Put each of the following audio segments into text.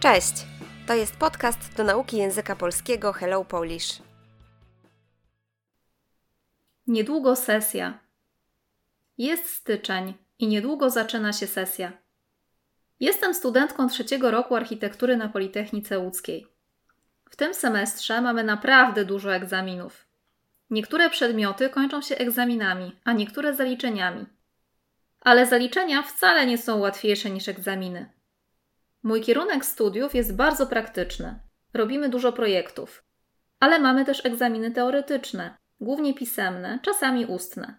Cześć! To jest podcast do nauki języka polskiego Hello Polish. Niedługo sesja. Jest styczeń i niedługo zaczyna się sesja. Jestem studentką trzeciego roku architektury na Politechnice Łódzkiej. W tym semestrze mamy naprawdę dużo egzaminów. Niektóre przedmioty kończą się egzaminami, a niektóre zaliczeniami. Ale zaliczenia wcale nie są łatwiejsze niż egzaminy. Mój kierunek studiów jest bardzo praktyczny. Robimy dużo projektów. Ale mamy też egzaminy teoretyczne, głównie pisemne, czasami ustne.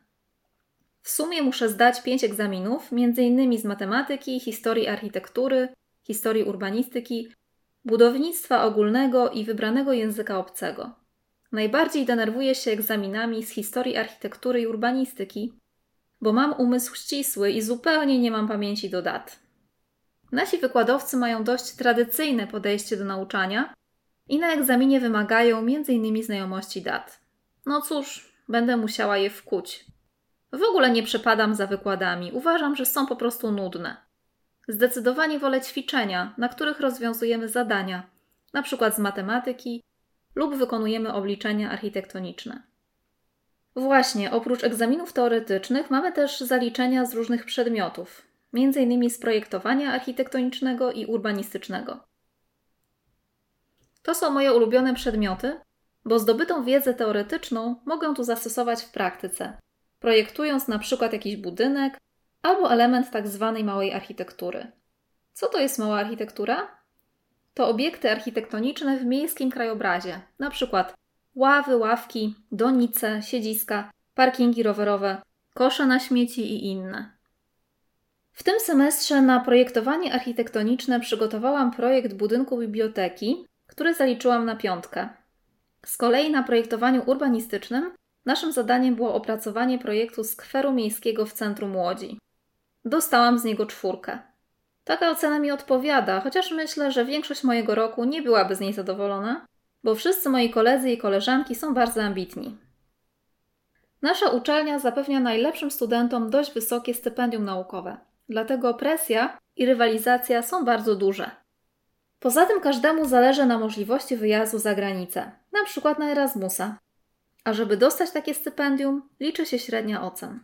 W sumie muszę zdać pięć egzaminów, m.in. z matematyki, historii architektury, historii urbanistyki, budownictwa ogólnego i wybranego języka obcego. Najbardziej denerwuję się egzaminami z historii architektury i urbanistyki, bo mam umysł ścisły i zupełnie nie mam pamięci do dat. Nasi wykładowcy mają dość tradycyjne podejście do nauczania i na egzaminie wymagają m.in. znajomości dat. No cóż, będę musiała je wkuć. W ogóle nie przepadam za wykładami, uważam, że są po prostu nudne. Zdecydowanie wolę ćwiczenia, na których rozwiązujemy zadania, na przykład z matematyki lub wykonujemy obliczenia architektoniczne. Właśnie, oprócz egzaminów teoretycznych mamy też zaliczenia z różnych przedmiotów, m.in. z projektowania architektonicznego i urbanistycznego. To są moje ulubione przedmioty, bo zdobytą wiedzę teoretyczną mogę tu zastosować w praktyce, projektując na przykład jakiś budynek albo element tak zwanej małej architektury. Co to jest mała architektura? To obiekty architektoniczne w miejskim krajobrazie, na przykład ławy, ławki, donice, siedziska, parkingi rowerowe, kosze na śmieci i inne. W tym semestrze na projektowanie architektoniczne przygotowałam projekt budynku biblioteki, który zaliczyłam na piątkę. Z kolei na projektowaniu urbanistycznym naszym zadaniem było opracowanie projektu skweru miejskiego w centrum Łodzi. Dostałam z niego czwórkę. Taka ocena mi odpowiada, chociaż myślę, że większość mojego roku nie byłaby z niej zadowolona, bo wszyscy moi koledzy i koleżanki są bardzo ambitni. Nasza uczelnia zapewnia najlepszym studentom dość wysokie stypendium naukowe, dlatego presja i rywalizacja są bardzo duże. Poza tym każdemu zależy na możliwości wyjazdu za granicę, na przykład na Erasmusa. A żeby dostać takie stypendium, liczy się średnia ocen.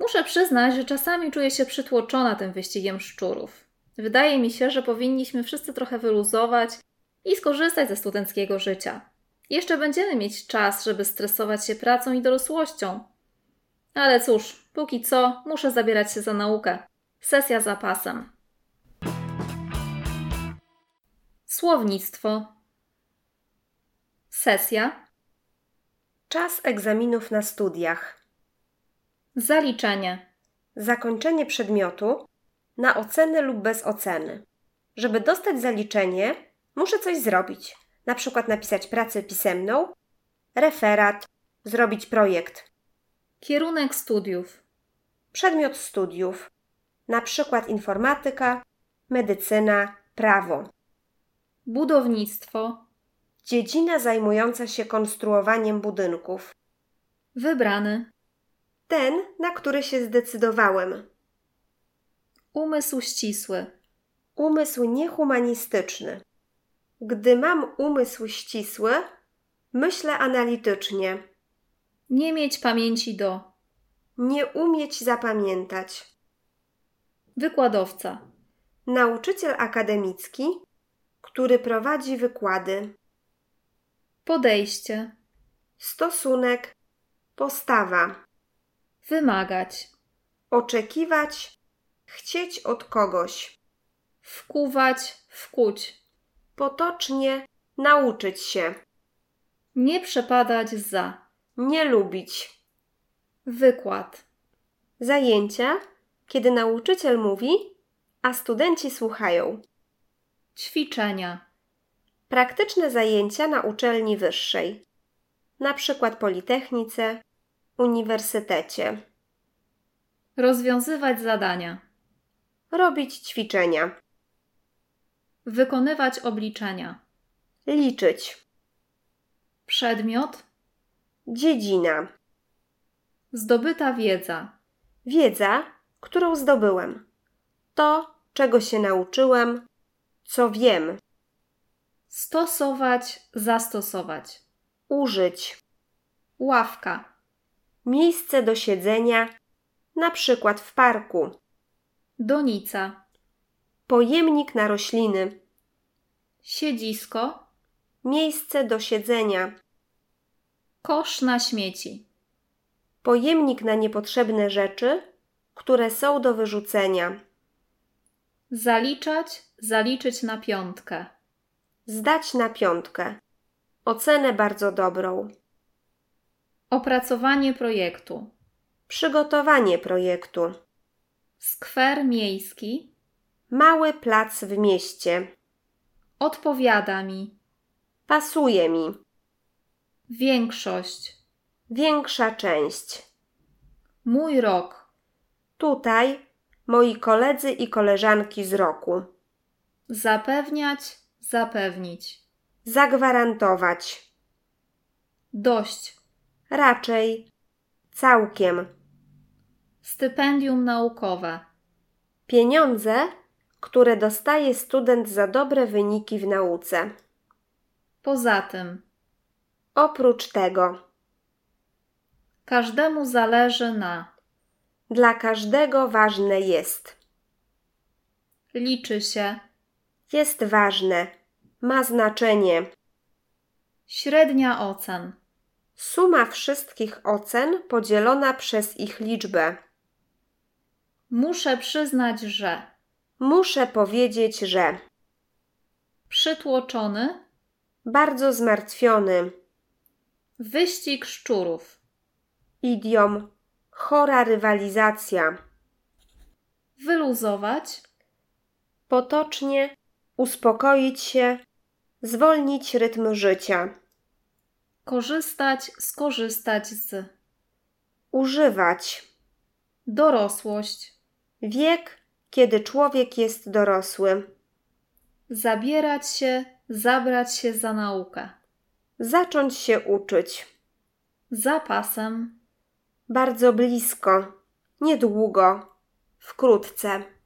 Muszę przyznać, że czasami czuję się przytłoczona tym wyścigiem szczurów. Wydaje mi się, że powinniśmy wszyscy trochę wyluzować i skorzystać ze studenckiego życia. Jeszcze będziemy mieć czas, żeby stresować się pracą i dorosłością. Ale cóż, póki co muszę zabierać się za naukę. Sesja za pasem. Słownictwo. Sesja. Czas egzaminów na studiach. Zaliczenie. Zakończenie przedmiotu na oceny lub bez oceny. Żeby dostać zaliczenie, muszę coś zrobić. Na przykład napisać pracę pisemną, referat, zrobić projekt, Kierunek studiów. przedmiot studiów, na przykład informatyka, medycyna, prawo. Budownictwo. Dziedzina zajmująca się konstruowaniem budynków. Wybrany. Ten, na który się zdecydowałem. Umysł ścisły. Umysł niehumanistyczny. Gdy mam umysł ścisły, myślę analitycznie. Nie mieć pamięci do. Nie umieć zapamiętać. Wykładowca. Nauczyciel akademicki, który prowadzi wykłady. Podejście. Stosunek. Postawa. Wymagać. Oczekiwać. Chcieć od kogoś. Wkuwać. Wkuć. Potocznie. Nauczyć się. Nie przepadać za. Nie lubić. Wykład. Zajęcia, kiedy nauczyciel mówi, a studenci słuchają. Ćwiczenia. Praktyczne zajęcia na uczelni wyższej, na przykład Politechnice, Uniwersytecie. Rozwiązywać zadania. Robić ćwiczenia, Wykonywać obliczenia. liczyć, Przedmiot. dziedzina, Zdobyta wiedza. wiedza, którą zdobyłem, to, czego się nauczyłem, co wiem, Stosować, zastosować. użyć, Ławka. miejsce do siedzenia, na przykład w parku, Donica. pojemnik na rośliny, Siedzisko. miejsce do siedzenia, Kosz na śmieci. pojemnik na niepotrzebne rzeczy, które są do wyrzucenia, Zaliczać, zaliczyć na piątkę. zdać na piątkę, ocenę bardzo dobrą, Opracowanie projektu. przygotowanie projektu, Skwer miejski. mały plac w mieście, Odpowiada mi. pasuje mi, Większość. większa część. Mój rok. Tutaj moi koledzy i koleżanki z roku. Zapewniać, zapewnić. Zagwarantować. Dość. Raczej. Całkiem. Stypendium naukowe. Pieniądze, które dostaje student za dobre wyniki w nauce. Poza tym, Oprócz tego, każdemu zależy na. dla każdego ważne jest. Liczy się. Jest ważne. Ma znaczenie. Średnia ocen. Suma wszystkich ocen podzielona przez ich liczbę. Muszę przyznać, że. Muszę powiedzieć, że Przytłoczony. bardzo zmartwiony. Wyścig szczurów. Idiom chora rywalizacja. Wyluzować. Potocznie uspokoić się, zwolnić rytm życia, Korzystać, skorzystać z. używać. Dorosłość. Wiek, kiedy człowiek jest dorosły. Zabierać się, zabrać się za naukę. Zacząć się uczyć. Zapasem. Bardzo blisko, niedługo, wkrótce.